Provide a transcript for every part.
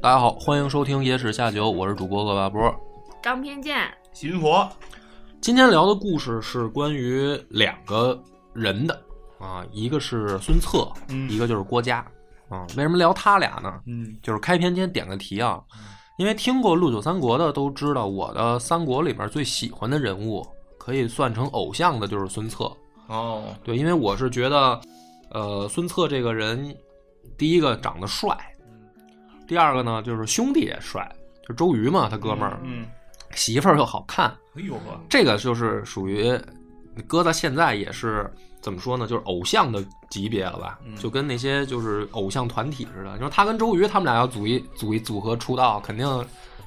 大家好，欢迎收听《野史下酒》，我是主播恶霸波。张偏见，秦佛，今天聊的故事是关于两个人的啊，一个是孙策，嗯一个就是郭嘉啊。为什么聊他俩呢？嗯就是开篇先点个题啊，因为听过《陆九三国》的都知道，我的三国里面最喜欢的人物，可以算成偶像的就是孙策。哦，对，因为我是觉得，呃，孙策这个人，第一个长得帅，嗯第二个呢就是兄弟也帅，就周瑜嘛，他哥们儿，嗯，媳妇儿又好看，哎呦呵，这个就是属于搁到现在也是怎么说呢，就是偶像的级别了吧，嗯就跟那些就是偶像团体似的。你说他跟周瑜他们俩要组一组一组合出道，肯定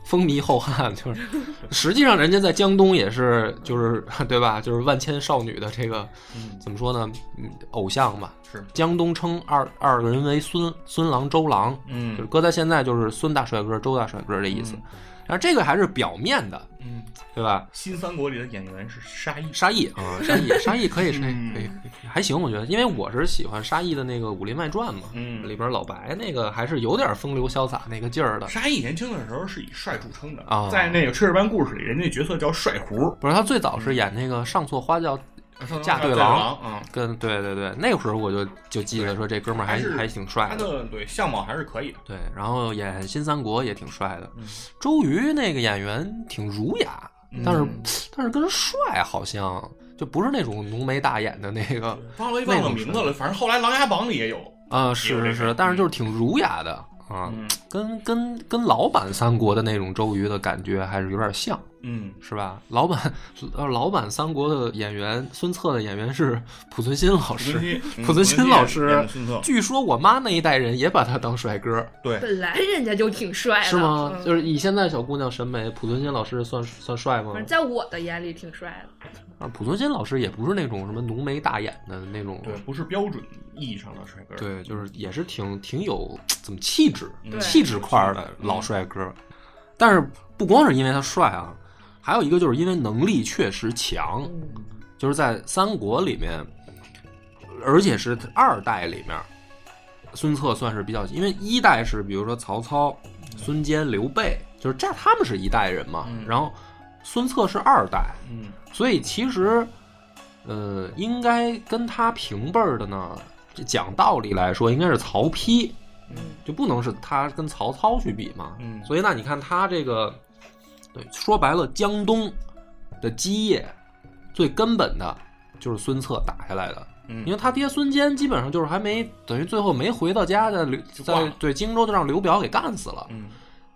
风靡后汉。 就是 实际上人家在江东也是就是 对吧，就是万千少女的这个嗯怎么说呢，嗯偶像吧。是，江东称二二个人为孙孙郎、周郎，就是嗯搁在现在就是孙大帅哥、周大帅哥这意思。但是这个还是表面的，嗯，对吧？新三国里的演员是沙溢，沙溢啊，沙 溢，沙溢可以，可以嗯可以，还行，我觉得，因为我是喜欢沙溢的那个《武林外传》嘛，嗯里边老白那个还是有点风流潇洒那个劲儿的。沙溢年轻的时候是以帅著称的啊在那个《炊事班故事》里，人家角色叫帅胡，不是他最早是演那个《上错花轿》，啊嫁对郎郎，嗯，跟对对对，那会儿我就就记得说这哥们儿还还是还挺帅他的，的对相貌还是可以的，对，然后演《新三国》也挺帅的嗯。周瑜那个演员挺儒雅，但是嗯但是跟帅好像就不是那种浓眉大眼的那个，忘了忘了名字了，反正后来《琅琊榜》里也有，啊，是是是，但是就是挺儒雅的啊，嗯跟跟跟老版三国的那种周瑜的感觉还是有点像，嗯，是吧？老版呃，老版三国的演员孙策的演员是濮存昕老濮存师，昕嗯濮存昕老师演的孙策，据说我妈那一代人也把他当帅哥，对，本来人家就挺帅的，是吗？嗯就是以现在小姑娘审美，濮存昕老师算算帅吗反正？在我的眼里挺帅的。啊，濮存昕老师也不是那种什么浓眉大眼的那种，对，不是标准意义上的帅哥，对，就是也是挺挺有怎么气质对、气质块儿的老帅哥。但是不光是因为他帅啊，还有一个就是因为能力确实强，就是在三国里面，而且是二代里面，孙策算是比较，因为一代是比如说曹操、孙坚、刘备，就是这他们是一代人嘛，嗯然后孙策是二代，嗯，所以其实，呃，应该跟他平辈儿的呢，这讲道理来说应该是曹丕，就不能是他跟曹操去比嘛。嗯所以那你看他这个，对，说白了，江东的基业最根本的就是孙策打下来的。嗯，因为他爹孙坚基本上就是还没等于最后没回到家，在刘就挂在了对荆州就让刘表给干死了。嗯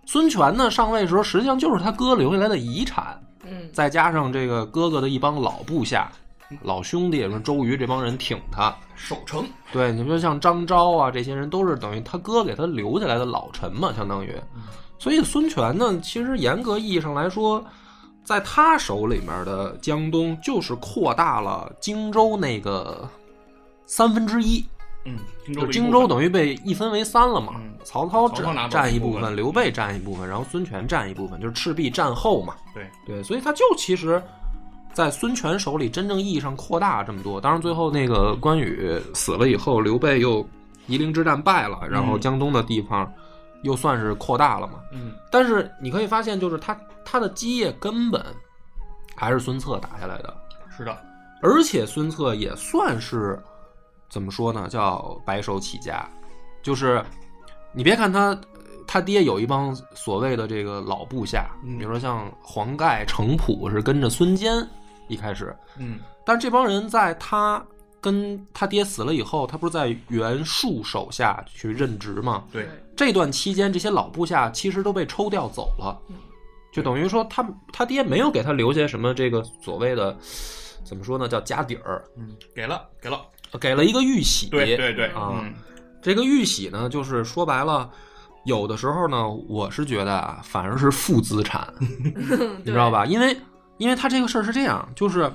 孙权呢上位时候，实际上就是他哥留下来的遗产，嗯，再加上这个哥哥的一帮老部下、老兄弟，什么周瑜这帮人挺他。守城，对，你说像张昭啊，这些人都是等于他哥给他留下来的老臣嘛，相当于。所以孙权呢，其实严格意义上来说，在他手里面的江东就是扩大了荆州那个三分之一，嗯，荆就荆州州的一部分等于被一分为三了嘛。嗯曹操曹操拿占走占一一部部分，分刘备占一部分，然后孙权占一部分，就是赤壁战后嘛。对对，所以他就其实，在孙权手里真正意义上扩大这么多。当然，最后那个关羽死了以后，刘备又夷陵之战败了，然后嗯江东的地方又算是扩大了嘛。嗯但是你可以发现，就是他他的基业根本还是孙策打下来的，是的，而且孙策也算是怎么说呢，叫白手起家，就是你别看他。他爹有一帮所谓的这个老部下，嗯比如说像黄盖、程普是跟着孙坚一开始，嗯但是这帮人在他跟他爹死了以后，他不是在袁术手下去任职吗？ 对，这段期间，这些老部下其实都被抽调走了，就等于说他他爹没有给他留下什么这个所谓的怎么说呢，叫家底儿，嗯，给了给了，给了一个玉玺。对对对，啊嗯这个玉玺呢，就是说白了，有的时候呢，我是觉得啊，反而是负资产，你你知道？吧？因为因为他这个事儿是这样，就是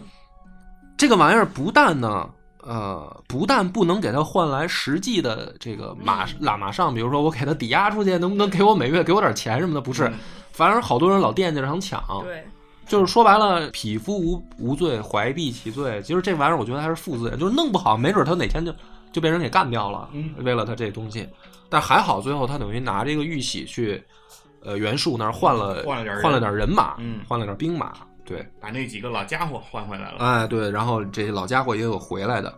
这个玩意儿不但呢，呃，不但不能给他换来实际的这个马拉马上，比如说我给他抵押出去，能不能给我每月给我点钱什么的？不是嗯，反而好多人老惦记着想抢，对，就是说白了，匹夫无无罪，怀璧其罪。其实这玩意儿，我觉得还是负资产，就是弄不好，没准他哪天就就被人给干掉了。嗯为了他这东西，但还好最后他等于拿这个玉玺去，呃，袁术那儿换了换了点人换了点人马，嗯换了点兵马。对，把那几个老家伙换回来了。哎对，然后这些老家伙也有回来的。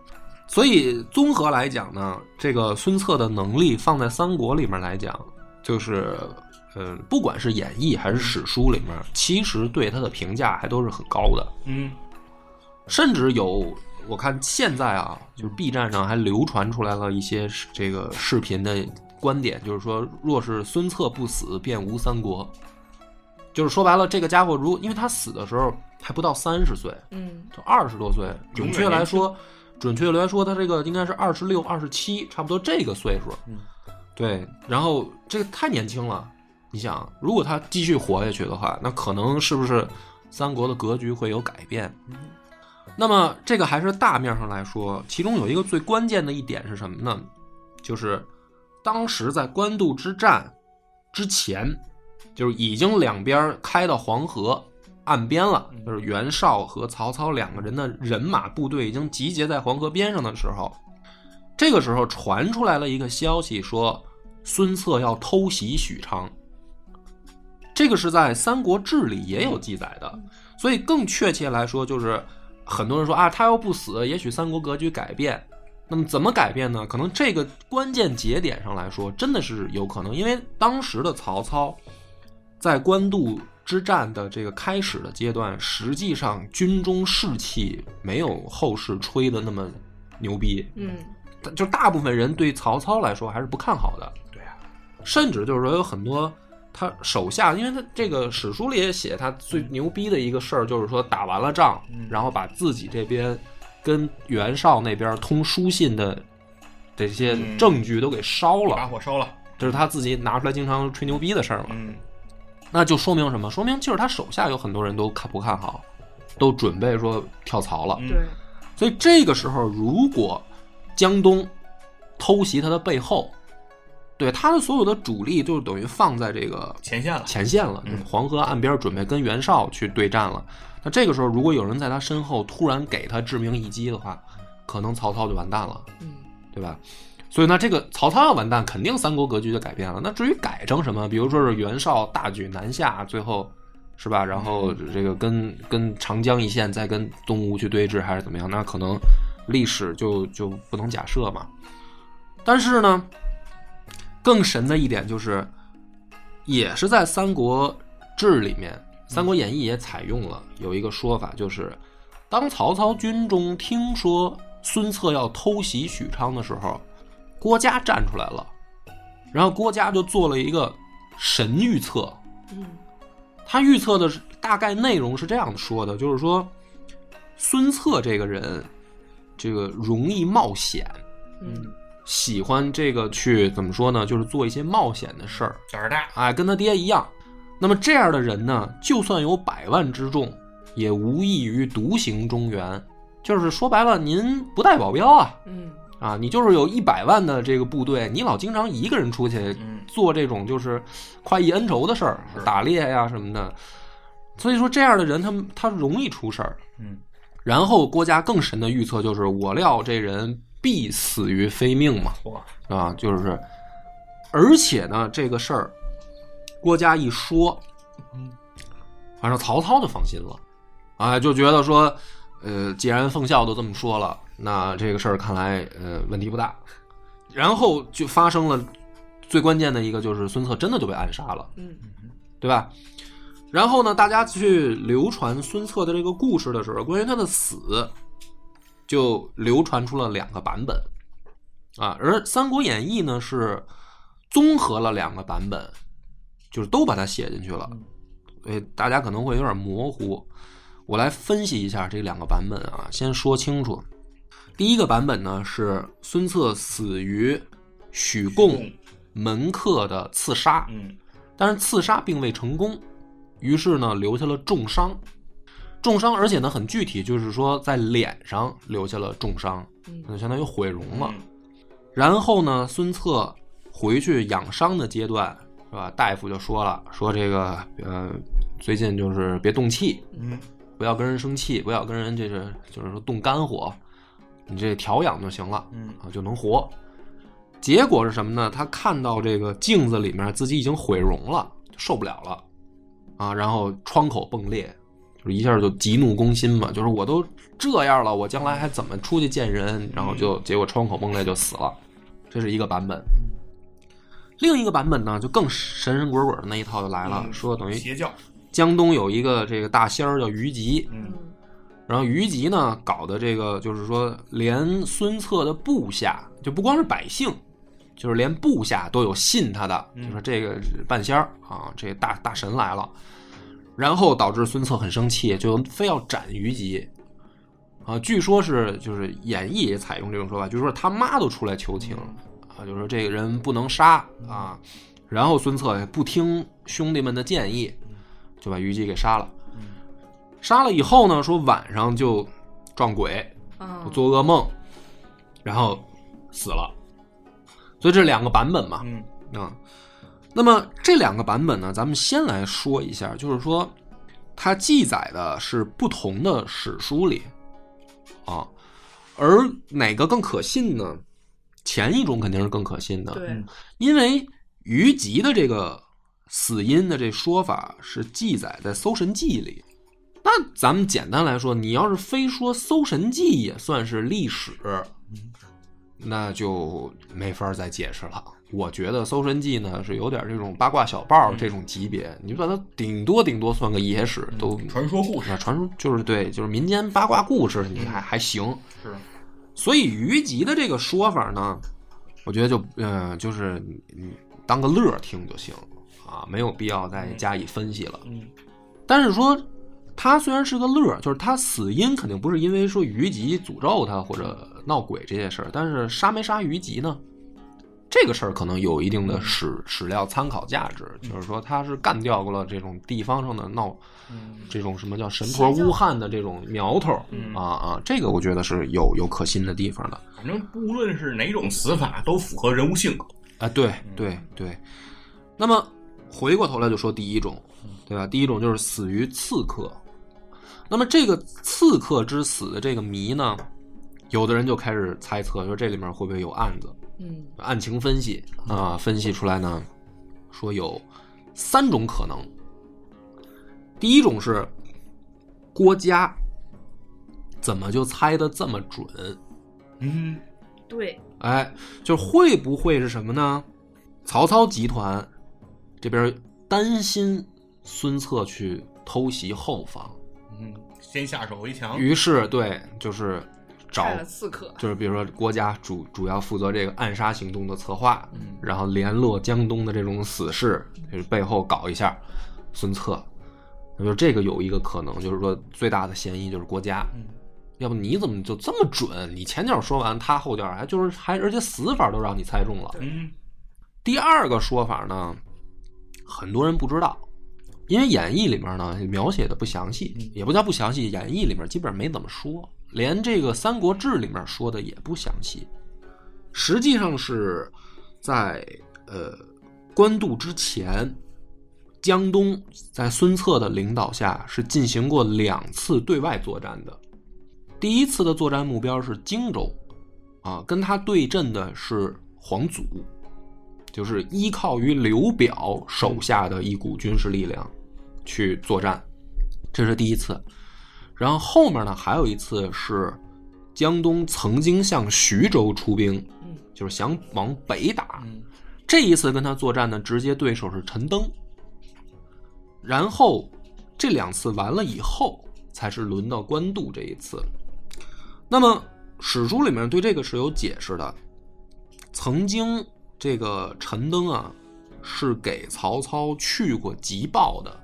所以综合来讲呢，这个孙策的能力放在三国里面来讲，就是。嗯，不管是演义还是史书里面，其实对他的评价还都是很高的。嗯，甚至有我看现在啊，就是 B 站上还流传出来了一些视这个视频的观点，就是说，若是孙策不死，便无三国。就是说白了，这个家伙如因为他死的时候还不到三十岁，嗯，就二十多岁，永准确远来说，准确来说，他这个应该是二十六、二十七，差不多这个岁数。嗯，对。然后这个太年轻了，你想，如果他继续活下去的话，那可能是不是三国的格局会有改变？嗯那么这个还是大面上来说，其中有一个最关键的一点是什么呢？就是当时在官渡之战之前，就是已经两边开到黄河岸边了，就是袁绍和曹操两个人的人马部队已经集结在黄河边上的时候，这个时候传出来了一个消息说，孙策要偷袭许昌。这个是在《三国志》里也有记载的，所以更确切来说，就是很多人说啊，他要不死，也许三国格局改变。那么怎么改变呢？可能这个关键节点上来说，真的是有可能，因为当时的曹操在官渡之战的这个开始的阶段，实际上军中士气没有后世吹的那么牛逼，嗯，但就大部分人对曹操来说还是不看好的。对啊呀、甚至就是说有很多他手下，因为他这个史书里也写他最牛逼的一个事儿，就是说打完了仗，嗯然后把自己这边跟袁绍那边通书信的这些嗯证据都给烧把了，火烧了。这是他自己拿出来经常吹牛逼的事儿嘛。嗯，那就说明什么？说明就是他手下有很多人都看不看好，都准备说跳槽了。嗯对，所以这个时候，如果江东偷袭他的背后，对他的所有的主力就是等于放在这个前线了。前线了，嗯就是黄河岸边准备跟袁绍去对战了。那这个时候，如果有人在他身后突然给他致命一击的话，可能曹操就完蛋了，嗯，对吧？所以呢，这个曹操要完蛋，肯定三国格局就改变了。那至于改成什么，比如说是袁绍大举南下，最后是吧？然后这个跟跟长江一线再跟东吴去对峙，还是怎么样？那可能历史就就不能假设嘛。但是呢，更神的一点就是，也是在《三国志》里面，《三国演义》也采用了有一个说法，就是当曹操军中听说孙策要偷袭许昌的时候，郭嘉站出来了，然后郭嘉就做了一个神预测，嗯，他预测的是大概内容是这样说的，就是说孙策这个人，这个容易冒险，嗯，喜欢这个去怎么说呢？就是做一些冒险的事儿，胆儿大，哎，跟他爹一样。那么这样的人呢，就算有百万之众，也无异于独行中原。就是说白了，您不带保镖啊嗯，啊，你就是有一百万的这个部队，你老经常一个人出去嗯，做这种就是快意恩仇的事儿是，打猎呀、什么的。所以说这样的人他，他容易出事儿。嗯，然后郭嘉更神的预测就是，我料这人必死于非命嘛。错，啊，就是，而且呢，这个事儿，郭嘉一说，反正曹操就放心了，啊，就觉得说，呃，既然奉孝都这么说了，那这个事儿看来，呃，问题不大。然后就发生了最关键的一个，就是孙策真的就被暗杀了。嗯，对吧？然后呢，大家去流传孙策的这个故事的时候，关于他的死，就流传出了两个版本啊。而《三国演义》呢是综合了两个版本，就是都把它写进去了，所以大家可能会有点模糊。我来分析一下这两个版本啊，先说清楚。第一个版本呢是孙策死于许贡嗯门客的刺杀，嗯但是刺杀并未成功，于是呢留下了重伤，重伤，而且呢很具体，就是说在脸上留下了重伤，嗯就相当于毁容了。嗯然后呢，孙策回去养伤的阶段，是吧？大夫就说了，说这个呃，最近就是别动气，嗯不要跟人生气，不要跟人这是就是说动肝火，你这调养就行了嗯啊，就能活。结果是什么呢？他看到这个镜子里面自己已经毁容了，受不了了啊，然后窗口迸裂，就是一下就急怒攻心嘛，就是我都这样了，我将来还怎么出去见人？然后就结果窗口迸裂就死了，这是一个版本。另一个版本呢，就更神神鬼鬼的那一套就来了，嗯说等于邪教，江东有一个这个大仙儿叫于吉，嗯然后于吉呢搞的这个就是说，连孙策的部下，就不光是百姓，就是连部下都有信他的，嗯就说这个是半仙儿啊，这大大神来了，然后导致孙策很生气，就非要斩于吉。啊，据说是就是演义也采用这种说法，就是说他妈都出来求情啊，就说这个人不能杀啊，然后孙策也不听兄弟们的建议，就把于吉给杀了。嗯杀了以后呢，说晚上就撞鬼，嗯，做噩梦，然后死了。所以这两个版本嘛，嗯啊、那么这两个版本呢，咱们先来说一下，就是说它记载的是不同的史书里啊，而哪个更可信呢？前一种肯定是更可信的，对，因为于吉的这个死因的这说法是记载在《搜神记》里。那咱们简单来说，你要是非说《搜神记》也算是历史，那就没法再解释了。我觉得《搜神记呢》是有点这种八卦小报这种级别，你就把它顶多顶多算个野史，都嗯传说故事那传说就是对，就是民间八卦故事，你还还行。是所以于吉的这个说法呢，我觉得就嗯、呃就是你你当个乐儿听就行啊，没有必要再加以分析了。嗯但是说他虽然是个乐儿，就是他死因肯定不是因为说于吉诅咒他或者闹鬼这些事儿，但是杀没杀于吉呢？这个事儿可能有一定的史史料参考价值，就是说他是干掉过了这种地方上的闹嗯这种什么叫神婆邪教巫汉的这种苗头儿嗯啊啊，这个我觉得是有有可信的地方的反正不论是哪种死法，都符合人物性格。啊，对对对。那么回过头来就说第一种，对吧？第一种就是死于刺客。那么这个刺客之死的这个谜呢，有的人就开始猜测说这里面会不会有案子，嗯案情分析啊，分析出来呢，说有三种可能。第一种是郭嘉怎么就猜的这么准？嗯对，哎，就会不会是什么呢？曹操集团这边担心孙策去偷袭后方，嗯，先下手为强。于是对，就是找派了刺客，就是比如说郭嘉主主要负责这个暗杀行动的策划，嗯然后联络江东的这种死士，就是背后搞一下孙策。那就这个有一个可能，就是说最大的嫌疑就是郭嘉，嗯要不你怎么就这么准？你前脚说完，他后脚还就是还而且死法都让你猜中了。嗯第二个说法呢，很多人不知道，因为演义里面呢描写的不详细，也不叫不详细，演义里面基本上没怎么说，连这个《三国志》里面说的也不详细。实际上是在呃官渡之前，江东在孙策的领导下是进行过两次对外作战的。第一次的作战目标是荆州，啊，跟他对阵的是黄祖。就是依靠于刘表手下的一股军事力量去作战，这是第一次。然后后面呢，还有一次是江东曾经向徐州出兵，嗯就是想往北打。嗯这一次跟他作战的直接对手是陈登。然后这两次完了以后，才是轮到官渡这一次。那么史书里面对这个是有解释的。曾经这个陈登啊，是给曹操去过急报的。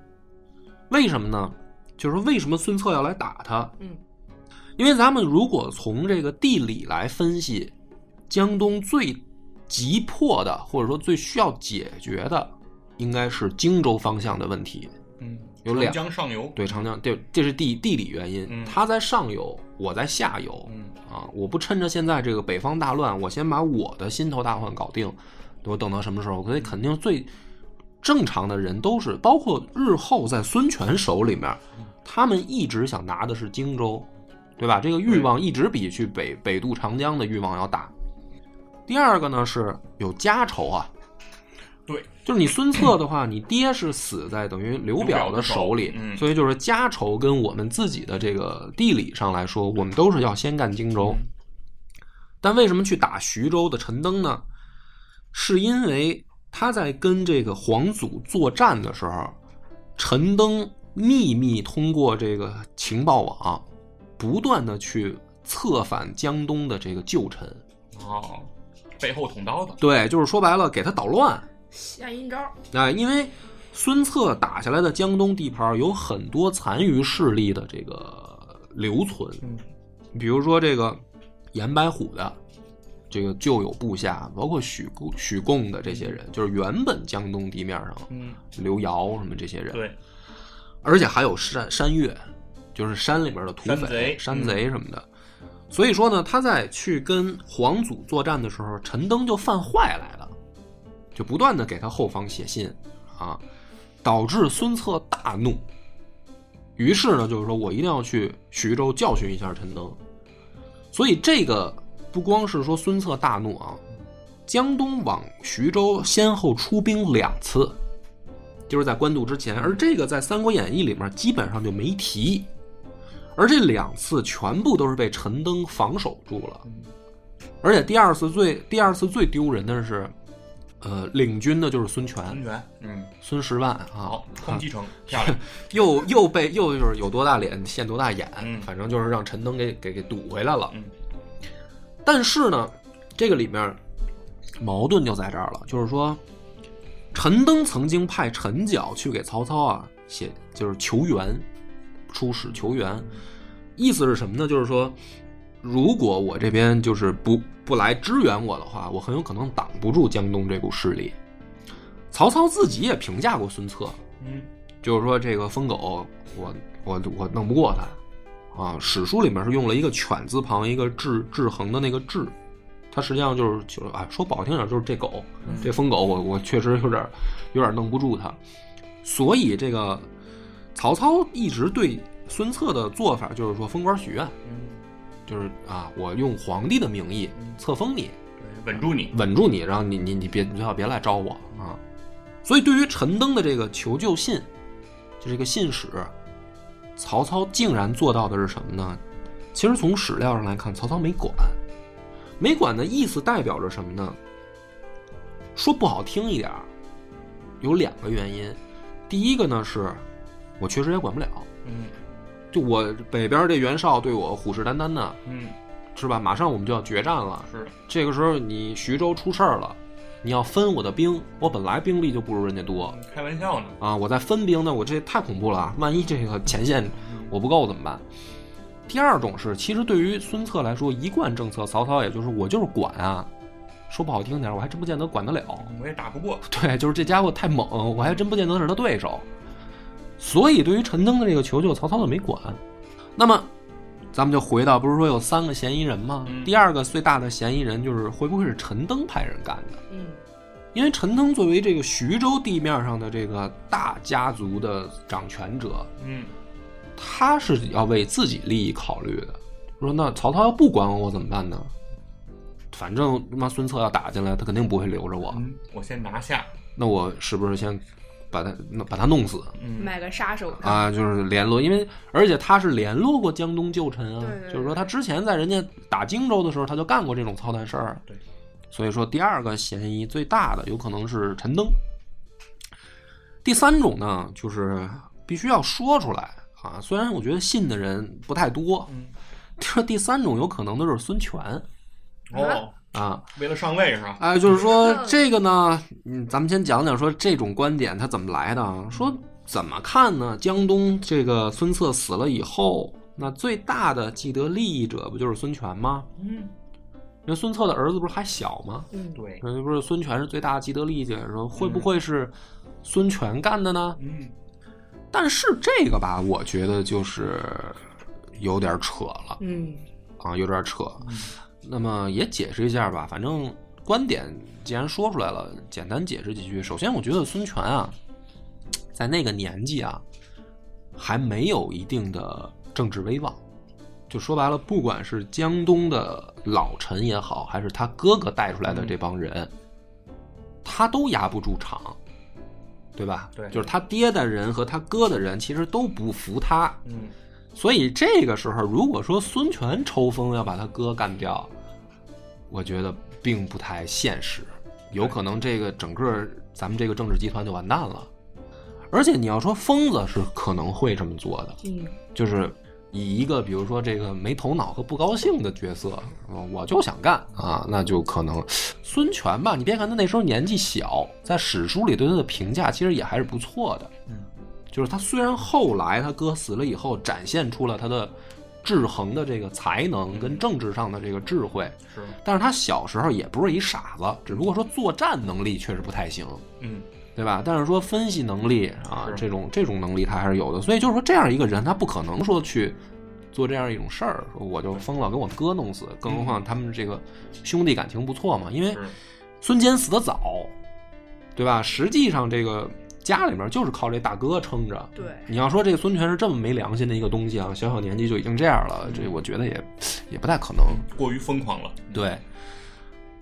为什么呢？就是为什么孙策要来打他？嗯因为咱们如果从这个地理来分析，江东最急迫的，或者说最需要解决的，应该是荆州方向的问题。嗯，有两长江上游，对长江，这这是地地理原因，嗯它在上游，我在下游嗯啊！我不趁着现在这个北方大乱，我先把我的心头大患搞定，我等到什么时候？所以肯定最正常的人都是，包括日后在孙权手里面，他们一直想拿的是荆州，对吧？这个欲望一直比去北北渡长江的欲望要大。第二个呢是有家仇啊，对，就是你孙策的话，你爹是死在等于刘表的手里刘表的手，嗯所以就是家仇跟我们自己的这个地理上来说，我们都是要先干荆州。嗯但为什么去打徐州的陈登呢？是因为他在跟这个皇祖作战的时候，陈登秘密通过这个情报网，不断的去策反江东的这个旧臣。哦，背后捅刀的，对，就是说白了，给他捣乱。下阴招，啊，因为孙策打下来的江东地盘儿有很多残余势力的这个留存，嗯比如说这个颜白虎的这个就有部下，包括许贡、许贡的这些人，就是原本江东地面上嗯，刘繇什么这些人，对，而且还有山山越，就是山里面的土匪、山贼嗯山贼什么的。所以说呢，他在去跟皇祖作战的时候，陈登就犯坏来了，就不断的给他后方写信啊，导致孙策大怒。于是呢，就是说我一定要去徐州教训一下陈登。所以这个不光是说孙策大怒啊，江东往徐州先后出兵两次，就是在官渡之前，而这个在《三国演义》里面基本上就没提，而这两次全部都是被陈登防守住了，而且第二次最第二次最丢人的是，呃，领军的就是孙安权，全，嗯，孙十万啊好，，空 击城，漂亮，又又被又就是有多大脸现多大眼，嗯反正就是让陈登给给给堵回来了。嗯但是呢，这个里面矛盾就在这儿了，就是说，陈登曾经派陈角去给曹操啊写，就是求援，出使求援，意思是什么呢？就是说，如果我这边就是不不来支援我的话，我很有可能挡不住江东这股势力。曹操自己也评价过孙策，嗯，就是说这个疯狗，我我我弄不过他啊。史书里面是用了一个犬字旁，一个制制衡的那个制，它实际上就是就是啊，说不好听点就是这狗，这疯狗我我确实有点有点弄不住他，所以这个曹操一直对孙策的做法就是说封官许愿，嗯就是啊，我用皇帝的名义册封你，对，稳住你，稳住你，然后你你你别最好别来招我啊。所以对于陈登的这个求救信，就这个信使，曹操竟然做到的是什么呢？其实从史料上来看，曹操没管，没管的意思代表着什么呢？说不好听一点儿，有两个原因。第一个呢是，我确实也管不了，嗯就我北边这袁绍对我虎视眈眈的，嗯，是吧？马上我们就要决战了，是，这个时候你徐州出事儿了，你要分我的兵，我本来兵力就不如人家多开玩笑呢，啊，我再分兵，那我这太恐怖了，啊万一这个前线我不够怎么办？第二种是，其实对于孙策来说，一贯政策，曹操也就是我就是管啊，说不好听点儿，我还真不见得管得了。我也打不过， 对，就是这家伙太猛，我还真不见得是他对手。所以对于陈登的这个求救，曹操就没管。那么，咱们就回到，不是说有三个嫌疑人吗？嗯第二个最大的嫌疑人就是会不会是陈登派人干的？嗯，因为陈登作为这个徐州地面上的这个大家族的掌权者，嗯，他是要为自己利益考虑的。说那曹操要不管我，我怎么办呢？反正他妈孙策要打进来，他肯定不会留着我。嗯我先拿下，那我是不是先把他弄把他弄死嗯，买个杀手锏，啊？就是联络，因为而且他是联络过江东旧臣啊，对对对就是说他之前在人家打荆州的时候，他就干过这种操蛋事儿。对，所以说第二个嫌疑最大的有可能是陈登。第三种呢，就是必须要说出来啊，虽然我觉得信的人不太多， 嗯说第三种有可能的就是孙权哦，啊。为了上位是吧？啊，就是说这个呢，嗯，咱们先讲讲说这种观点它怎么来的啊？说怎么看呢？江东这个孙策死了以后，那最大的既得利益者不就是孙权吗？嗯，因为孙策的儿子不是还小吗？嗯，对，那不是孙权是最大的既得利益者，说会不会是孙权干的呢？嗯，但是这个吧，我觉得就是有点扯了嗯，啊，有点扯。那么也解释一下吧，反正观点既然说出来了，简单解释几句。首先，我觉得孙权啊，在那个年纪啊，还没有一定的政治威望。就说白了，不管是江东的老臣也好，还是他哥哥带出来的这帮人，他都压不住场，对吧？对就是他爹的人和他哥的人其实都不服他，嗯，所以这个时候，如果说孙权抽风要把他哥干掉，我觉得并不太现实，有可能这个整个咱们这个政治集团就完蛋了。而且你要说疯子是可能会这么做的，嗯，就是以一个比如说这个没头脑和不高兴的角色，呃我就想干啊，那就可能孙权吧。你别看他那时候年纪小，在史书里对他的评价其实也还是不错的。嗯，就是他虽然后来他哥死了以后，展现出了他的制衡的这个才能嗯跟政治上的这个智慧，是，但是他小时候也不是一傻子，只不过说作战能力确实不太行。嗯，对吧？但是说分析能力啊，是这种这种能力他还是有的。所以就是说，这样一个人，他不可能说去做这样一种事儿，说我就疯了，给我哥弄死。更何况他们这个兄弟感情不错嘛，因为嗯是，孙坚死的早，对吧？实际上这个家里面就是靠这大哥撑着。对，你要说这个孙权是这么没良心的一个东西啊，小小年纪就已经这样了，嗯这我觉得也也不太可能。过于疯狂了，对，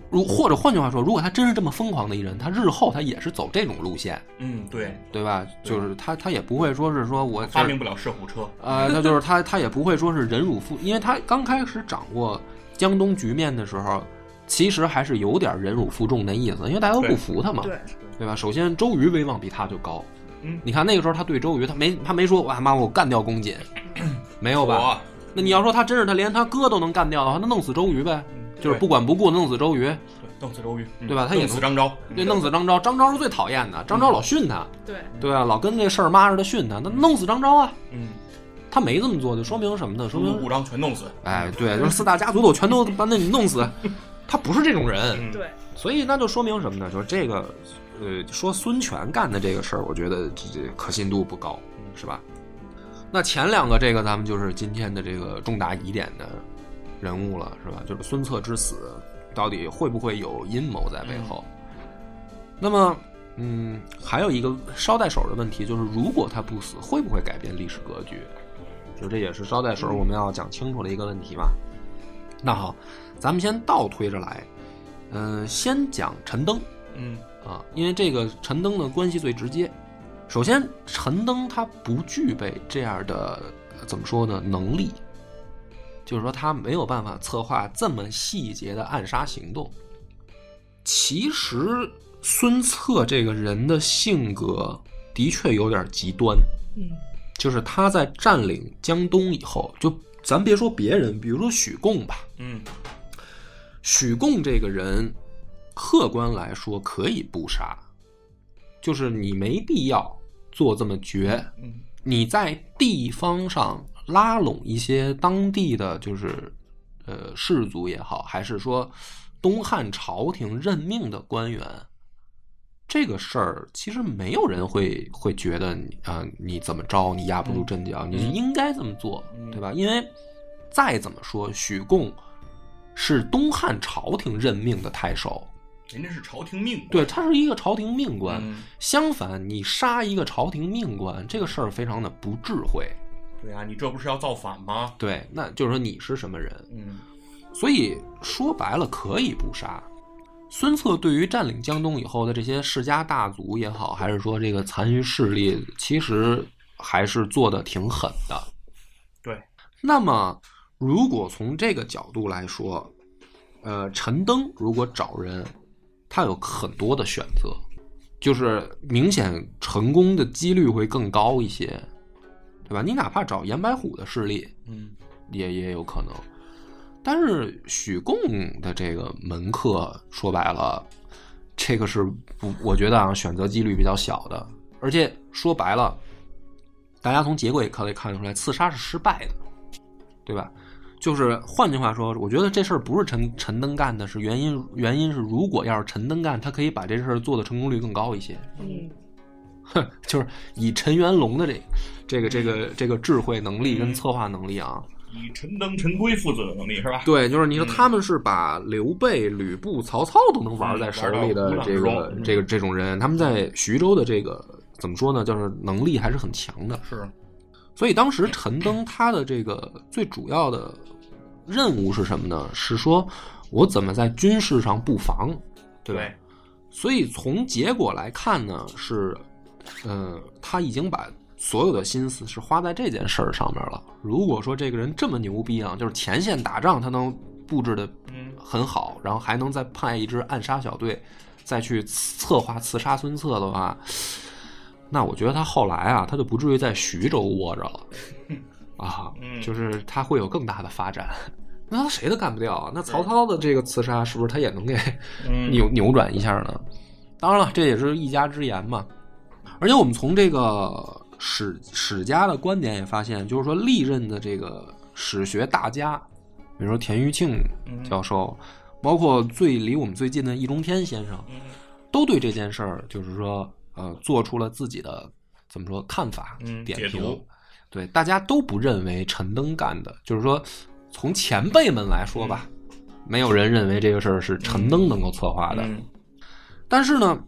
如或者换句话说，如果他真是这么疯狂的一人，他日后他也是走这种路线。嗯，对，对吧？对就是他，他也不会说是说我发明，不了射虎车，呃，他就是他，他也不会说是忍辱负，因为他刚开始掌握江东局面的时候，其实还是有点忍辱负重的意思，因为大家都不服他嘛，对，对吧？首先，周瑜威望比他就高，嗯你看那个时候他对周瑜，他没他没说哇妈我干掉公 瑾，没有吧？我，那你要说他真是他连他哥都能干掉的话，那弄死周瑜呗，嗯就是不管不顾弄死周瑜，对，弄死周瑜，嗯对吧他也弄死能张昭，对，弄死张昭，张昭是最讨厌的，张昭嗯老训他，对，对吧？老跟这事儿妈似的训他，那弄死张昭啊。嗯，他没这么做，就说明什么呢？说文武明五张全弄死，哎，对，就是四大家族的我全都把那你弄 死，他不是这种人，嗯，对，所以那就说明什么呢？就是这个，呃，说孙权干的这个事儿，我觉得这这可信度不高，是吧？那前两个这个咱们就是今天的这个重大疑点的人物了，是吧？就是孙策之死到底会不会有阴谋在背后？那么，嗯，还有一个捎带手的问题，就是如果他不死，会不会改变历史格局？就这也是捎带手我们要讲清楚的一个问题嘛。那好，咱们先倒推着来，嗯、先讲陈登嗯，啊，因为这个陈登的关系最直接。首先，陈登他不具备这样的呃怎么说呢能力，就是说他没有办法策划这么细节的暗杀行动。其实孙策这个人的性格的确有点极端，嗯，就是他在占领江东以后，就咱别说别人，比如说许贡吧，嗯，许贡这个人，客观来说可以不杀，就是你没必要做这么绝。嗯，你在地方上拉拢一些当地的，就是呃士族也好，还是说东汉朝廷任命的官员，这个事儿其实没有人会会觉得你啊、你怎么着你压不住阵脚，你应该这么做，嗯对吧？因为再怎么说，许贡是东汉朝廷任命的太守，人家是朝廷命，对，他是一个朝廷命官。嗯，相反，你杀一个朝廷命官，这个事儿非常的不智慧。对啊，你这不是要造反吗？对，那就是说你是什么人。嗯，所以说白了，可以不杀。孙策对于占领江东以后的这些世家大族也好，还是说这个残余势力，其实还是做的挺狠的。对，那么，如果从这个角度来说，呃，陈登如果找人，他有很多的选择，就是明显成功的几率会更高一些，对吧？你哪怕找颜白虎的势力，嗯，也也有可能。但是许贡的这个门客，说白了，这个是不，我觉得啊，选择几率比较小的。而且说白了，大家从结果也可以看得出来，刺杀是失败的，对吧？就是换句话说，我觉得这事儿不是陈陈登干的，是原因原因是，如果要是陈登干，他可以把这事儿做的成功率更高一些。嗯，就是以陈元龙的这个这个这个这个智慧能力跟策划能力啊，以陈登、陈规父子的能力是吧？对，就是你说他们是把刘备、吕布、曹操都能玩在手里的嗯玩到这无个浪中这个这种人，他们在徐州的这个怎么说呢？就是能力还是很强的。是，所以当时陈登他的这个最主要的任务是什么呢？是说我怎么在军事上布防，对吧？对，所以从结果来看呢，是，呃，他已经把所有的心思是花在这件事儿上面了。如果说这个人这么牛逼啊，就是前线打仗他能布置的嗯，很好，然后还能再派一支暗杀小队再去策划刺杀孙策的话，那我觉得他后来啊，他就不至于在徐州窝着了啊，嗯就是他会有更大的发展。那他谁都干不掉啊！那曹操的这个刺杀是不是他也能给嗯扭扭转一下呢？当然了，这也是一家之言嘛。而且我们从这个史史家的观点也发现，就是说历任的这个史学大家，比如说田余庆嗯教授，包括最离我们最近的易中天先生，嗯都对这件事儿就是说呃做出了自己的怎么说看法、嗯点解评读。对，大家都不认为陈登干的，就是说从前辈们来说吧，没有人认为这个事儿是陈登能够策划的。嗯但是呢，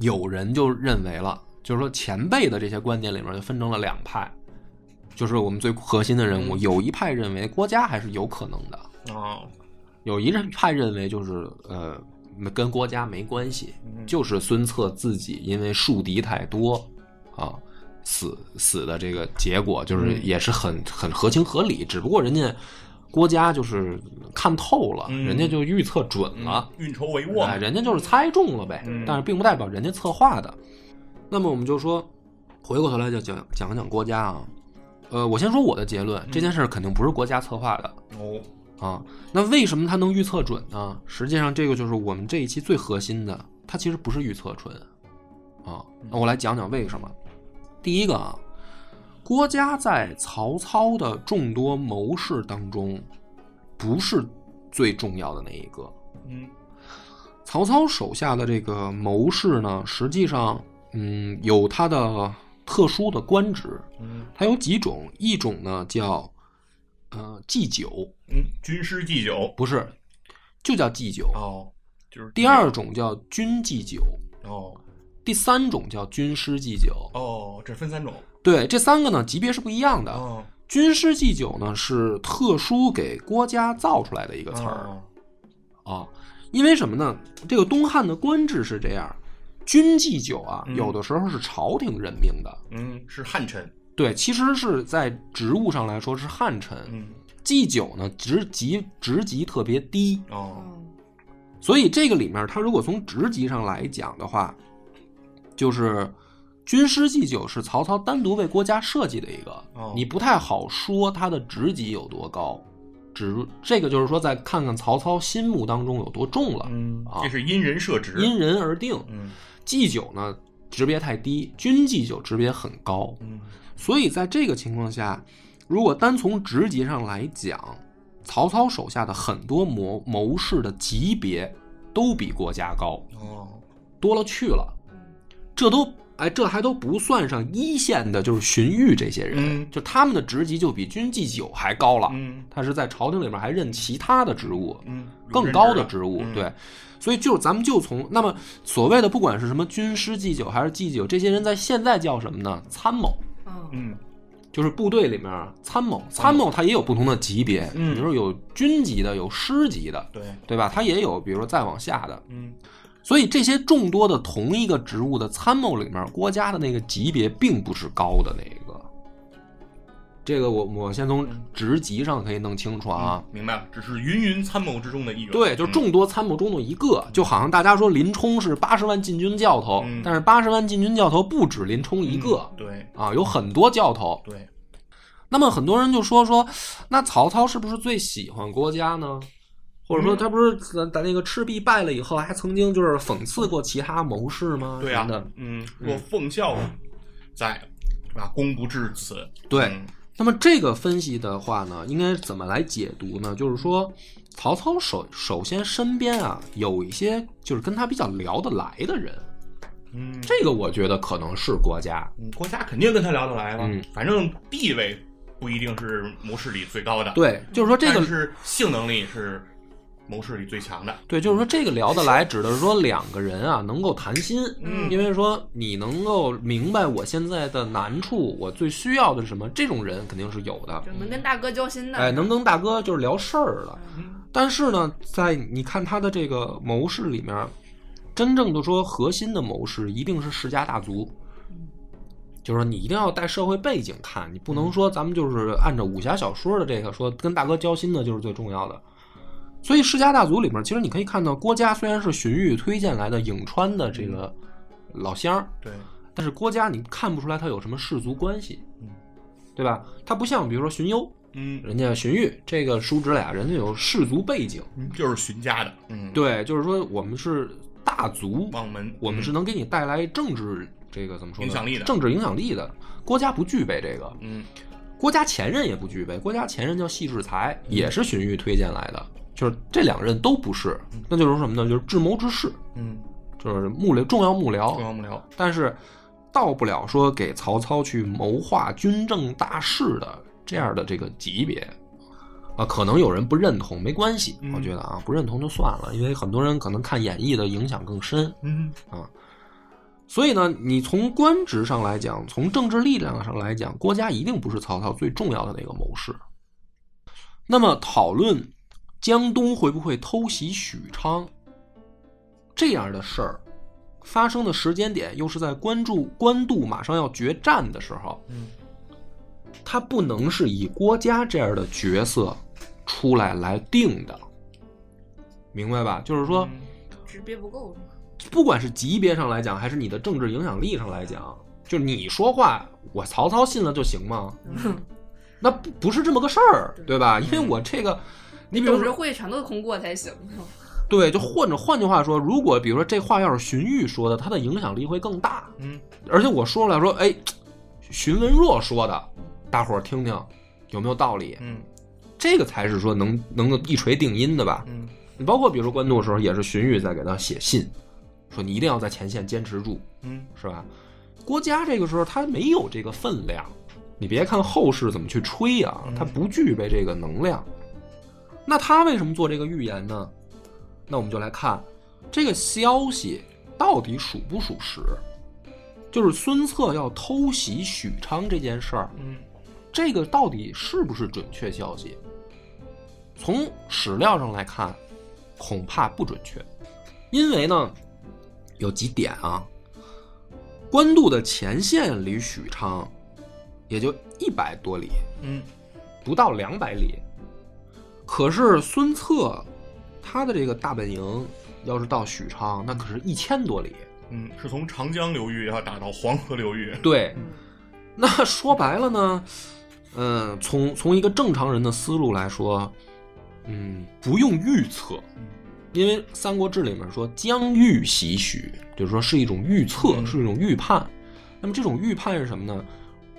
有人就认为了，就是说前辈的这些观点里面就分成了两派，就是我们最核心的人物，嗯有一派认为郭嘉还是有可能的，啊，有一派认为就是呃没跟郭嘉没关系，嗯就是孙策自己因为树敌太多啊。死死的这个结果就是嗯也是很很合情合理，只不过人家郭嘉就是看透了，嗯人家就预测准了，运筹帷幄哎，嘛，人家就是猜中了呗，嗯但是并不代表人家策划的。那么我们就说，回过头来就讲讲讲郭嘉啊，呃，我先说我的结论，这件事儿肯定不是国家策划的哦，啊。那为什么他能预测准呢？实际上这个就是我们这一期最核心的，它其实不是预测准啊。那我来讲讲为什么。第一个啊，郭嘉在曹操的众多谋士当中，不是最重要的那一个。嗯曹操手下的这个谋士呢，实际上，嗯，有他的特殊的官职，嗯它有几种，一种呢叫，呃，祭酒，嗯，军师祭酒不是，就叫祭酒。哦，就是第二种叫军祭酒，哦第三种叫军师祭酒。哦，这分三种对，这三个呢级别是不一样的。哦，军师祭酒呢是特殊给郭嘉造出来的一个词儿。哦啊，因为什么呢？这个东汉的官制是这样，军祭酒啊，嗯有的时候是朝廷任命的，嗯，是汉臣，对，其实是在职务上来说是汉臣。嗯祭酒呢，职级职级特别低，哦，嗯所以这个里面，他如果从职级上来讲的话，就是军师祭酒是曹操单独为国家设计的一个，哦你不太好说他的职级有多高。只这个就是说，再看看曹操心目当中有多重了，嗯啊，这是因人设职，因人而定。嗯祭酒呢级别太低，军祭酒级别很高，嗯所以在这个情况下，如果单从职级上来讲，曹操手下的很多谋谋士的级别都比郭嘉高哦，多了去了，这都。哎，这还都不算上一线的，就是荀彧这些人，嗯就他们的职级就比军祭酒还高了。嗯他是在朝廷里面还任其他的职务，嗯，更高的职务，嗯对。所以就咱们就从那么所谓的不管是什么军师祭酒还是祭酒，这些人在现在叫什么呢？参谋，嗯嗯就是部队里面参谋，参谋他也有不同的级别，嗯比如说有军级的，有师级的，对，对吧？他也有比如说再往下的。嗯所以这些众多的同一个职务的参谋里面，郭嘉的那个级别并不是高的那个。这个我我先从职级上可以弄清楚啊。嗯明白了，只是云云参谋之中的一员，对，就是嗯众多参谋中的一个，就好像大家说林冲是八十万禁军教头，嗯但是八十万禁军教头不止林冲一个、对啊，有很多教头。对，那么很多人就说说，那曹操是不是最喜欢郭嘉呢？或者说嗯他不是在在那个赤壁败了以后，还曾经就是讽刺过其他谋士吗？对呀、啊，嗯，若奉孝在，啊，功不至此。对嗯那么这个分析的话呢，应该怎么来解读呢？就是说，曹操首首先身边啊有一些就是跟他比较聊得来的人，嗯，这个我觉得可能是国家。嗯国家肯定跟他聊得来了，嗯反正地位不一定是谋士里最高的，，对，就是说这个是性能力是谋士里最强的，对，就是说这个聊得来，指的是说两个人啊能够谈心，嗯因为说你能够明白我现在的难处，我最需要的是什么，这种人肯定是有的。嗯就能跟大哥交心的。哎，能跟大哥就是聊事儿了。但是呢，在你看他的这个谋士里面，真正的说核心的谋士一定是世家大族，就是说你一定要带社会背景看，你不能说咱们就是按照武侠小说的这个说跟大哥交心的就是最重要的。所以世家大族里面，其实你可以看到郭嘉虽然是荀彧推荐来的颍川的这个老乡儿，对，但是郭嘉你看不出来他有什么氏族关系嗯，对吧？他不像比如说荀攸，嗯，人家荀彧这个叔侄啊俩，人家有氏族背景，就是荀家的，嗯，，对，就是说我们是大族，望门，我们是嗯能给你带来政治这个怎么说呢影响力的政治影响力的。郭嘉不具备这个，嗯郭嘉前任也不具备。郭嘉前任叫戏志才，嗯也是荀彧推荐来的，就是这两任都不是，那就是什么呢？就是智谋之士，嗯，就是幕僚重要幕僚，中央幕僚，但是到不了说给曹操去谋划军政大事的这样的这个级别啊，可能有人不认同，没关系，嗯我觉得啊，不认同就算了，因为很多人可能看演义的影响更深，嗯所以呢，你从官职上来讲，从政治力量上来讲，郭嘉一定不是曹操最重要的那个谋士。那么讨论江东会不会偷袭许昌这样的事儿，发生的时间点又是在关注官渡马上要决战的时候，嗯，他不能是以郭嘉这样的角色出来来定的，明白吧？就是嗯说，级别不够是吗？不管是级别上来讲，还是你的政治影响力上来讲，就你说话，我曹操信了就行吗？嗯那不不是这么个事儿，对吧？因为我这个，你比如董事说，嗯会全都通过才行。对，就或者换句话说，如果比如说这话要是荀彧说的，他的影响力会更大。嗯，而且我说出来说，哎，荀文若说的，大伙儿听听有没有道理？嗯这个才是说能能够一锤定音的吧？嗯你包括比如说官渡的时候，也是荀彧在给他写信，说你一定要在前线坚持住。嗯是吧？郭嘉这个时候他没有这个分量，你别看后世怎么去吹啊，嗯他不具备这个能量。那他为什么做这个预言呢？那我们就来看这个消息到底属不属实。就是孙策要偷袭许昌这件事儿，嗯这个到底是不是准确消息？从史料上来看，恐怕不准确，因为呢，有几点啊，官渡的前线离许昌也就一百多里，嗯不到两百里。可是孙策他的这个大本营要是到许昌，那可是一千多里。嗯，是从长江流域要打到黄河流域，对，那说白了呢，嗯、从从一个正常人的思路来说，嗯，不用预测，因为《三国志》里面说将欲袭许，就是说是一种预测，嗯是一种预判。那么这种预判是什么呢？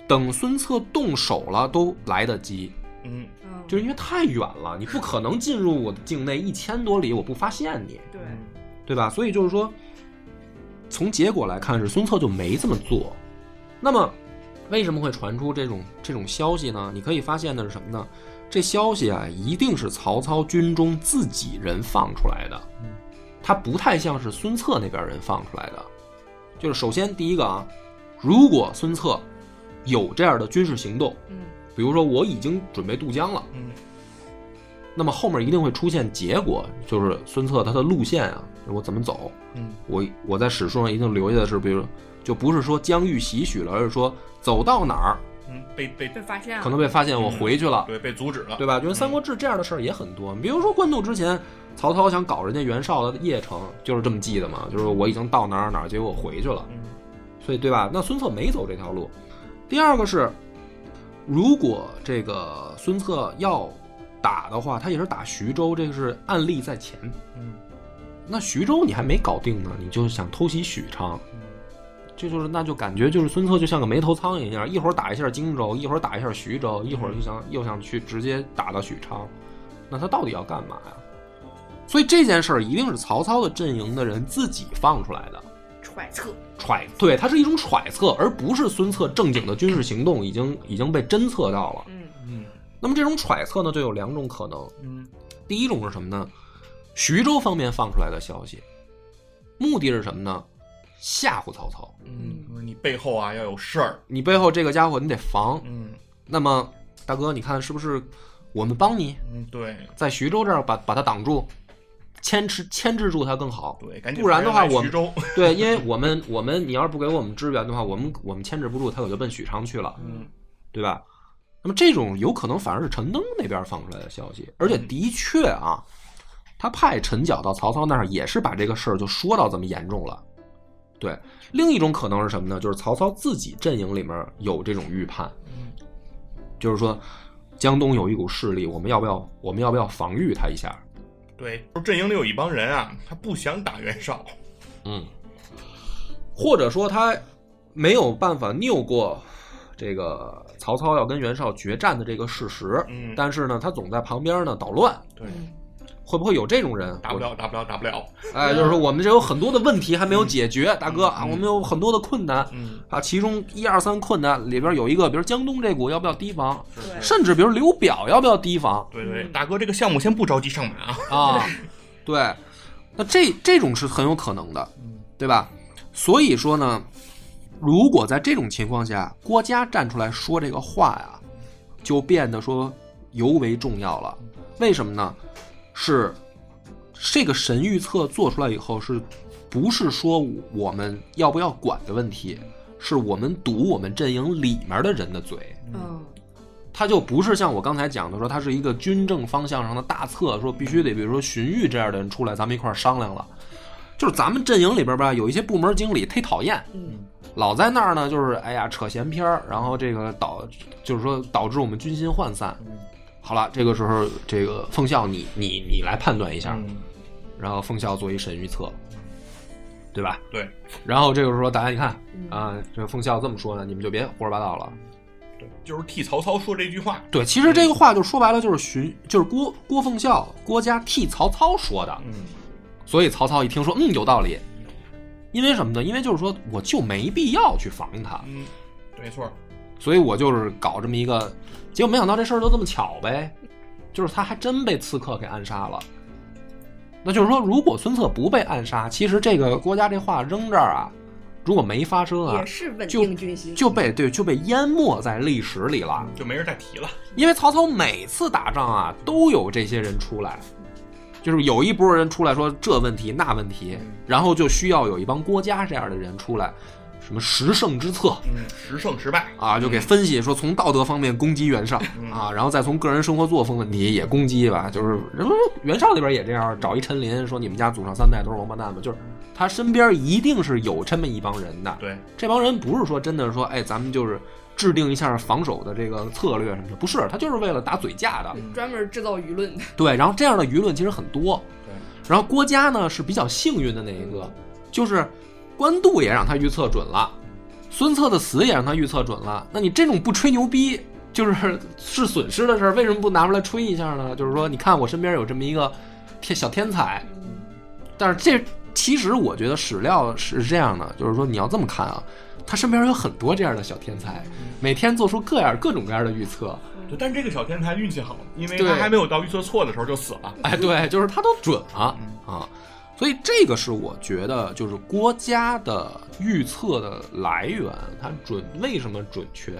等孙策动手了都来得及，嗯嗯，就是因为太远了，你不可能进入我的境内一千多里，我不发现你，对，嗯对吧？所以就是说，从结果来看，是孙策就没这么做。那么，为什么会传出这种这种消息呢？你可以发现的是什么呢？这消息啊，一定是曹操军中自己人放出来的，他不太像是孙策那边人放出来的。就是首先第一个啊，如果孙策有这样的军事行动，嗯，比如说我已经准备渡江了，嗯那么后面一定会出现结果，就是孙策他的路线啊，我怎么走，嗯我我在史书上一定留下的是，比如就不是说疆域袭许了，而是说走到哪儿嗯，被被被发现了，可能被发现我回去了，对被阻止了，嗯对吧？就是《三国志》这样的事儿也很多，比如说官渡之前，曹操想搞人家袁绍的邺城，就是这么记的嘛，就是我已经到哪儿哪儿，结果我回去了，嗯所以对吧？那孙策没走这条路。第二个是，如果这个孙策要打的话，他也是打徐州，这个是案例在前，嗯那徐州你还没搞定呢，你就想偷袭许昌，这就是那就感觉就是孙策就像个没头苍蝇一样，一会儿打一下荆州，一会儿打一下徐州，一会儿就想又想去直接打到许昌，那他到底要干嘛呀？所以这件事儿一定是曹操的阵营的人自己放出来的揣测，揣，对，它是一种揣测，而不是孙策正经的军事行动已经已经被侦测到了。嗯嗯那么这种揣测呢，就有两种可能，嗯第一种是什么呢？徐州方面放出来的消息，目的是什么呢？吓唬曹操，嗯，就是你背后啊要有事儿，你背后这个家伙你得防。嗯那么大哥，你看是不是我们帮你嗯，对在徐州这儿把把他挡住，牵制牵制住他更好？对，赶紧不然的话回来我徐 州，对，因为我们我们你要是不给我们支援的话，我们我们牵制不住他，可就奔许昌去了，嗯对吧？那么这种有可能反而是陈登那边放出来的消息，而且的确啊，他派陈角到曹操那儿也是把这个事儿就说到这么严重了。对，另一种可能是什么呢？就是曹操自己阵营里面有这种预判，嗯就是说江东有一股势力，我们要不要我们要不要防御他一下？对，就是阵营里有一帮人啊，他不想打袁绍，嗯，或者说他没有办法拗过这个曹操要跟袁绍决战的这个事实，嗯，但是呢，他总在旁边呢捣乱，对，嗯会不会有这种人？嗯打不了，打不了，打不了，我，哎，就是说我们这有很多的问题还没有解决，大哥啊，嗯我们有很多的困难嗯，啊，其中一二三困难里边有一个，比如江东这股要不要提防，对是，甚至比如刘表要不要提防对对，嗯大哥这个项目先不着急上马啊，啊？ 对，那这这种是很有可能的。嗯对吧？所以说呢，如果在这种情况下，郭嘉站出来说这个话呀，就变得说尤为重要了。为什么呢？是这个神预测做出来以后，是不是说我们要不要管的问题？是我们堵我们阵营里面的人的嘴，嗯它就不是像我刚才讲的说，它是一个军政方向上的大策，说必须得，比如说荀彧这样的人出来，咱们一块儿商量了。就是咱们阵营里边吧，有一些部门经理忒讨厌，嗯老在那儿呢，就是哎呀扯闲篇儿，然后这个导就是说导致我们军心涣散。好了，这个时候这个奉孝你你你来判断一下，嗯，然后奉孝做一神预测，对吧？ 对。然后这个时候大家你看嗯啊，这奉孝这么说呢，你们就别胡说八道了。对，就是替曹操说这句话，对，其实这嗯个话就说白了，就是荀，就是郭郭奉孝郭嘉替曹操说的，嗯所以曹操一听说，嗯，有道理。因为什么呢？因为就是说，我就没必要去防他，嗯，没错，所以我就是搞这么一个，结果没想到这事儿就这么巧呗，就是他还真被刺客给暗杀了。那就是说，如果孙策不被暗杀，其实这个郭嘉这话扔这儿啊，如果没发生啊也，是稳就定军心，就被对就被淹没在历史里了。就没人再提了，因为曹操每次打仗啊，都有这些人出来，就是有一波人出来说这问题那问题，然后就需要有一帮郭嘉这样的人出来，什么十胜之策嗯，时胜时败，啊，就给分析说从道德方面攻击袁绍嗯啊，然后再从个人生活作风问题也攻击吧，就是人们说袁绍那边也这样，找一陈琳说你们家祖上三代都是王八蛋嘛，就是他身边一定是有这么一帮人的，对，这帮人不是说真的说，哎，咱们就是制定一下防守的这个策略什么的，不是，他就是为了打嘴架的。嗯专门制造舆论的，对，然后这样的舆论其实很多。对，然后郭嘉呢是比较幸运的那一个，就是官渡也让他预测准了，孙策的死也让他预测准了。那你这种不吹牛逼，就是是损失的事儿，为什么不拿出来吹一下呢？就是说，你看我身边有这么一个天小天才，但是这其实我觉得史料是这样的，就是说你要这么看啊，他身边有很多这样的小天才，每天做出各样各种各样的预测。对，但这个小天才运气好，因为对他还没有到预测错的时候就死了， 哎，对，就是他都准了啊，所以这个是我觉得就是郭嘉的预测的来源，它准为什么准确，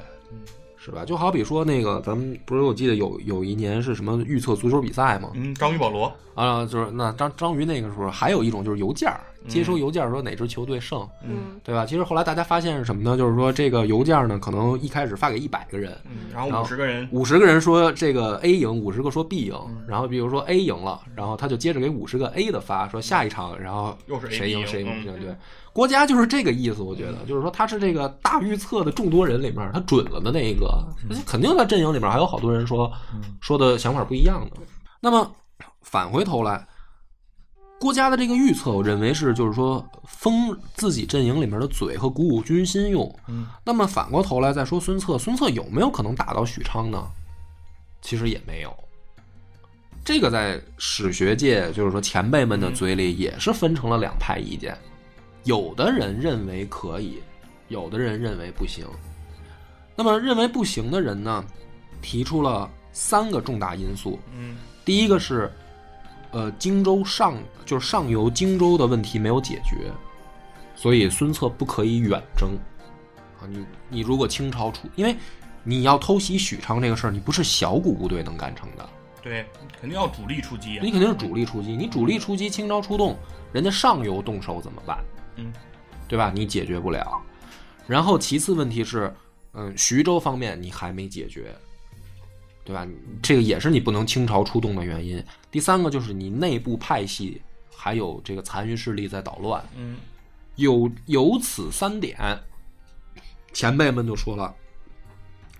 是吧？就好比说那个咱们不是我记得有有一年是什么预测足球比赛吗？嗯，章鱼保罗，啊，就是那章章鱼那个时候还有一种就是邮件儿接收邮件儿说哪支球队胜，嗯嗯对吧？其实后来大家发现是什么呢？就是说这个邮件儿呢，可能一开始发给一百个人，嗯，然然后后五十个人，五十个人说这个 A 赢，五十个说 B 赢，然后比如说 A 赢了，然后他就接着给五十个 A 的发，说下一场，然后又是 A 谁赢谁 B 赢嗯赢，对。国家就是这个意思，我觉得，就是说他是这个大预测的众多人里面，他准了的那一个，嗯而且肯定他阵营里面还有好多人说说的想法不一样的。那么返回头来，郭嘉的这个预测，我认为是就是说封自己阵营里面的嘴和鼓舞军心用。嗯，那么反过头来再说孙策，孙策有没有可能打到许昌呢？其实也没有。这个在史学界，就是说前辈们的嘴里也是分成了两派意见，有的人认为可以，有的人认为不行。那么认为不行的人呢，提出了三个重大因素。嗯第一个是，呃，荆州上就是上游荆州的问题没有解决，所以孙策不可以远征。啊，你你如果清朝出，因为你要偷袭许昌这个事儿，你不是小股部队能干成的，对，肯定要主力出击啊你。肯定是主力出击。你主力出击，清朝出动，人家上游动手怎么办？嗯，对吧？你解决不了。然后其次问题是，嗯，徐州方面你还没解决，对吧？你这个也是你不能倾巢出动的原因。第三个就是你内部派系还有这个残余势力在捣乱，嗯有有此三点，前辈们就说了，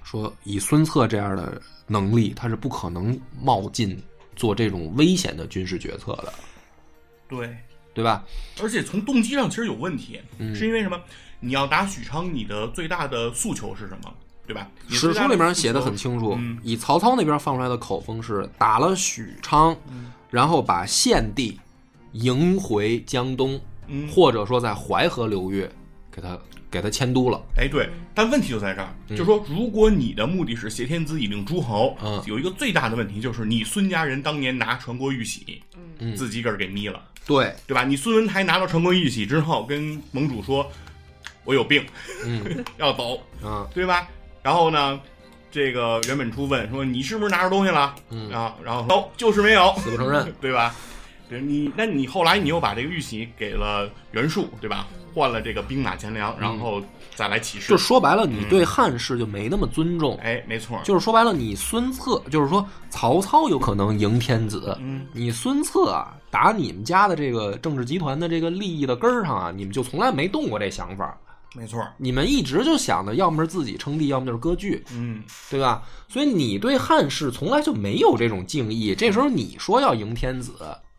说以孙策这样的能力，他是不可能冒进做这种危险的军事决策的，对，对吧？而且从动机上其实有问题，嗯是因为什么？你要打许昌，你的最大的诉求是什么？对吧？你史最大书的里面诉写的求很清楚，嗯以曹操那边放出来的口风是打了许昌，嗯然后把献帝迎回江东，嗯，或者说在淮河流域给他给他迁都了。哎，对，但问题就在这儿，就是说，如果你的目的是挟天子以令诸侯，嗯有一个最大的问题就是，你孙家人当年拿传国玉玺，嗯自己个儿给眯了，对，对吧？你孙文台拿到传国玉玺之后，跟盟主说，我有病，嗯 要走，啊，对吧？然后呢，这个袁本初问说，你是不是拿着东西了？嗯啊，然后哦，就是没有，死不承认。 对吧？对你，那你后来你又把这个玉玺给了袁术，对吧？换了这个兵马钱粮，然后再来起事嗯就。说白了，你嗯对汉室就没那么尊重。哎，没错，就是说白了，你孙策就是说曹操有可能迎天子，嗯你孙策啊打你们家的这个政治集团的这个利益的根儿上啊，你们就从来没动过这想法。，没错，你们一直就想着，要么是自己称帝，要么就是割据，嗯，对吧？所以你对汉室从来就没有这种敬意。这时候你说要迎天子，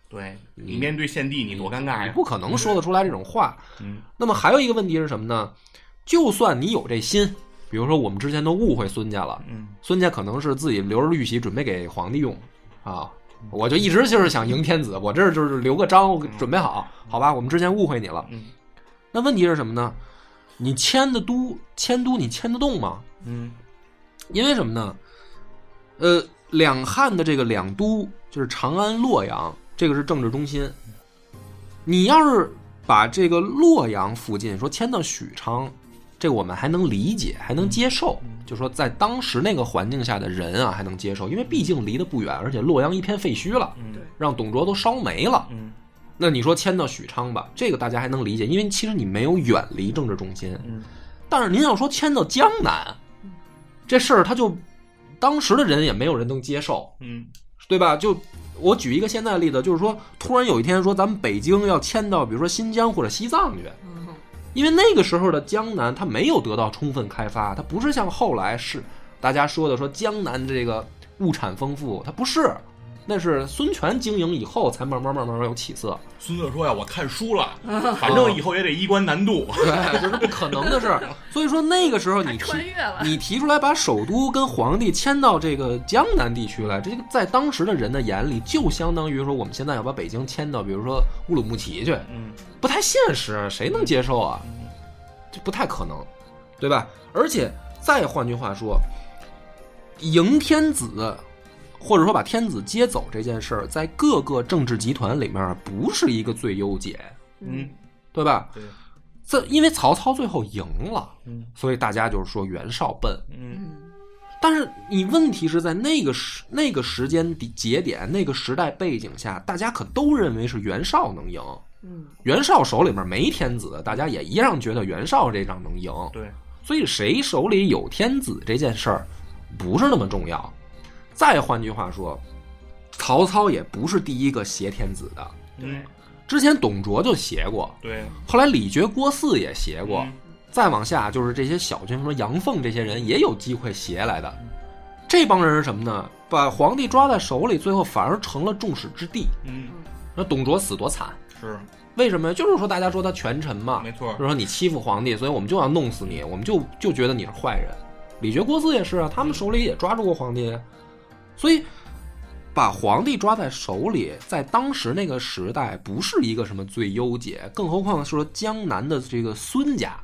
对你面对献帝，你多尴尬嗯你呀！不可能说得出来这种话。嗯那么还有一个问题是什么呢？就算你有这心，比如说我们之前都误会孙家了，嗯，孙家可能是自己留着玉玺准备给皇帝用啊。我就一直就是想迎天子，我这儿就是留个章，我准备好，好吧？我们之前误会你了。嗯那问题是什么呢？你迁的都，迁都你迁得动吗？嗯因为什么呢？呃，两汉的这个两都就是长安、洛阳，这个是政治中心。你要是把这个洛阳附近说迁到许昌，这个我们还能理解，还能接受，就说在当时那个环境下的人啊，还能接受，因为毕竟离得不远，而且洛阳一片废墟了，嗯让董卓都烧没了。嗯那你说迁到许昌吧，这个大家还能理解，因为其实你没有远离政治中心。嗯，但是您要说迁到江南，这事儿他就当时的人也没有人能接受，嗯对吧？就我举一个现在的例子，就是说，突然有一天说咱们北京要迁到，比如说新疆或者西藏去，嗯，因为那个时候的江南它没有得到充分开发，它不是像后来是大家说的说江南这个物产丰富，它不是。那是孙权经营以后才慢慢慢慢慢有起色，孙策说呀，我看 书了，反正以后也得衣冠南渡。对，这是不可能的事儿。所以说那个时候你还提穿越了，你提出来把首都跟皇帝迁到这个江南地区来，这个在当时的人的眼里，就相当于说我们现在要把北京迁到，比如说乌鲁木齐去，嗯不太现实，谁能接受啊？这不太可能，对吧？而且再换句话说，迎天子，或者说把天子接走这件事儿，在各个政治集团里面不是一个最优解，嗯，对吧？ 对，这因为曹操最后赢了，嗯所以大家就是说袁绍笨，嗯嗯，但是你问题是在那个时、那个时间底节点、那个时代背景下，大家可都认为是袁绍能赢。嗯，袁绍手里面没天子，大家也一样觉得袁绍这仗能赢。对，所以谁手里有天子这件事儿，不是那么重要。再换句话说，曹操也不是第一个挟天子的，嗯对之前董卓就挟过，嗯对，后来李傕、郭汜也挟嗯嗯过。再往下就是这些小军，什么杨奉这些人也有机会携来的。这帮人是什么呢？把皇帝抓在手里，最后反而成了众矢之的。嗯那董卓死多惨，是为什么呀？就是说大家说他权臣嘛，没错就是说你欺负皇帝，所以我们就要弄死你，我们就就觉得你是坏人。李傕、郭汜也是啊，他们手里也抓住过皇帝，所以把皇帝抓在手里，在当时那个时代不是一个什么最优解，更何况是说江南的这个孙家。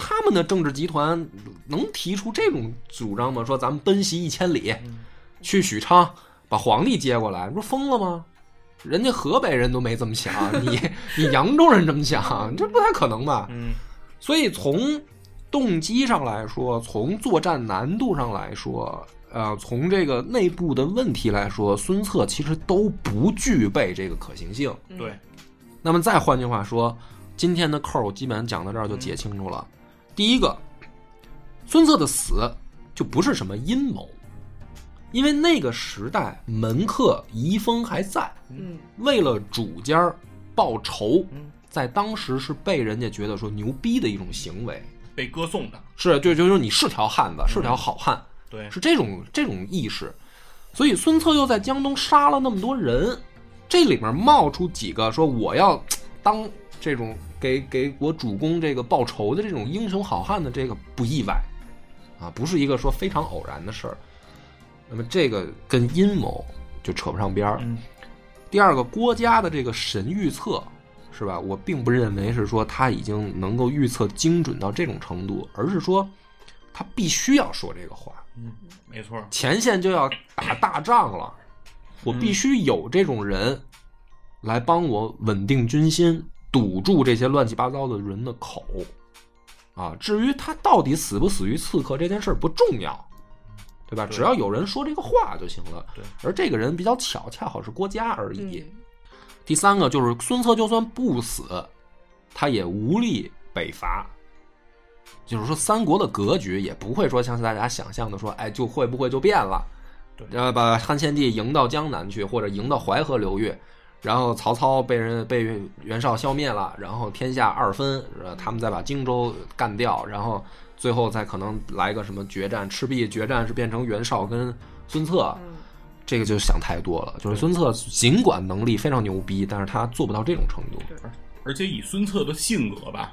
他们的政治集团能提出这种主张吗？说咱们奔袭一千里，去许昌把皇帝接过来，你不是疯了吗？人家河北人都没这么想，你你扬州人这么想，这不太可能吧？嗯所以从动机上来说，从作战难度上来说，呃，从这个内部的问题来说，孙策其实都不具备这个可行性。嗯对，嗯那么再换句话说，今天的扣儿我基本上讲到这儿就解清楚了。第一个，孙策的死就不是什么阴谋，因为那个时代门客遗风还在，嗯为了主家儿报仇嗯，在当时是被人家觉得说牛逼的一种行为，被歌颂的，是就就就是你是条汉子，是条好汉，对，是这种这种意识。所以孙策又在江东杀了那么多人，这里面冒出几个说我要嘖当这种给给我主公这个报仇的这种英雄好汉的这个不意外，啊，不是一个说非常偶然的事儿。那么这个跟阴谋就扯不上边儿。嗯第二个，郭嘉的这个神预测，是吧？我并不认为是说他已经能够预测精准到这种程度，而是说他必须要说这个话。嗯，没错，前线就要打大仗了，我必须有这种人来帮我稳定军心，堵住这些乱七八糟的人的口。啊，至于他到底死不死于刺客这件事儿不重要，对吧？对只要有人说这个话就行了。对，而这个人比较巧，恰好是郭嘉而已。嗯第三个就是孙策就算不死，他也无力北伐。就是说，三国的格局也不会说像大家想象的说，哎，就会不会就变了，对呃，把汉献帝迎到江南去，或者迎到淮河流域，然后曹操被人被袁绍消灭了，然后天下二分，呃他们再把荆州干掉，然后最后再可能来个什么决战，赤壁决战是变成袁绍跟孙策，嗯这个就想太多了。就是孙策尽管能力非常牛逼，但是他做不到这种程嗯度。而且以孙策的性格吧，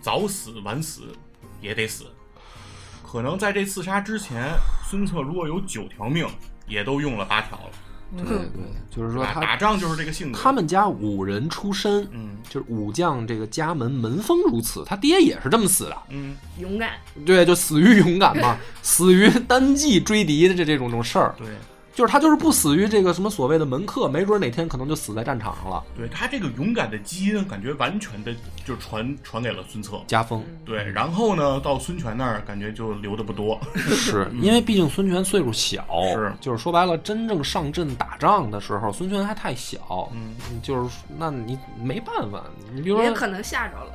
早死晚死也得死。可能在这刺杀之前，孙策如果有九条命，也都用了八条了。嗯对对对，就是说打他打仗就是这个性格。他们家五人出身，嗯就是武将这个家门门风如此，他爹也是这么死的。嗯，勇敢，对，就死于勇敢嘛，死于单骑追敌的这这种这种事儿，对就是他就是不死于这个什么所谓的门客，没准哪天可能就死在战场上了。对，他这个勇敢的基因，感觉完全的就传传给了孙策。家风对，然后呢，到孙权那儿感觉就留的不 多。是因为毕竟孙权岁数小，是就是说白了，真正上阵打仗的时候，孙权还太小，嗯，就是那你没办法，你比如也说，可能吓着了。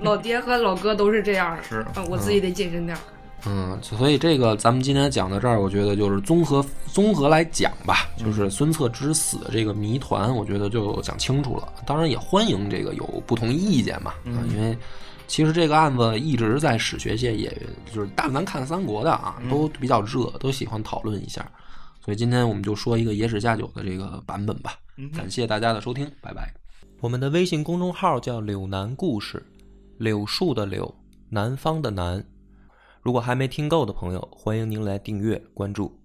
老爹和老哥都是这样的，是嗯我自己得谨慎点儿。嗯，所以这个咱们今天讲到这儿，我觉得就是综合综合来讲吧，就是孙策之死这个谜团，我觉得就讲清楚了。当然也欢迎这个有不同意见嘛，啊，因为其实这个案子一直在史学界，也就是但凡看三国的啊，都比较热，都喜欢讨论一下。所以今天我们就说一个野史下酒的这个版本吧。嗯哼感谢大家的收听，拜拜。我们的微信公众号叫“柳南故事”，柳树的柳，南方的南。如果还没听够的朋友，欢迎您来订阅关注。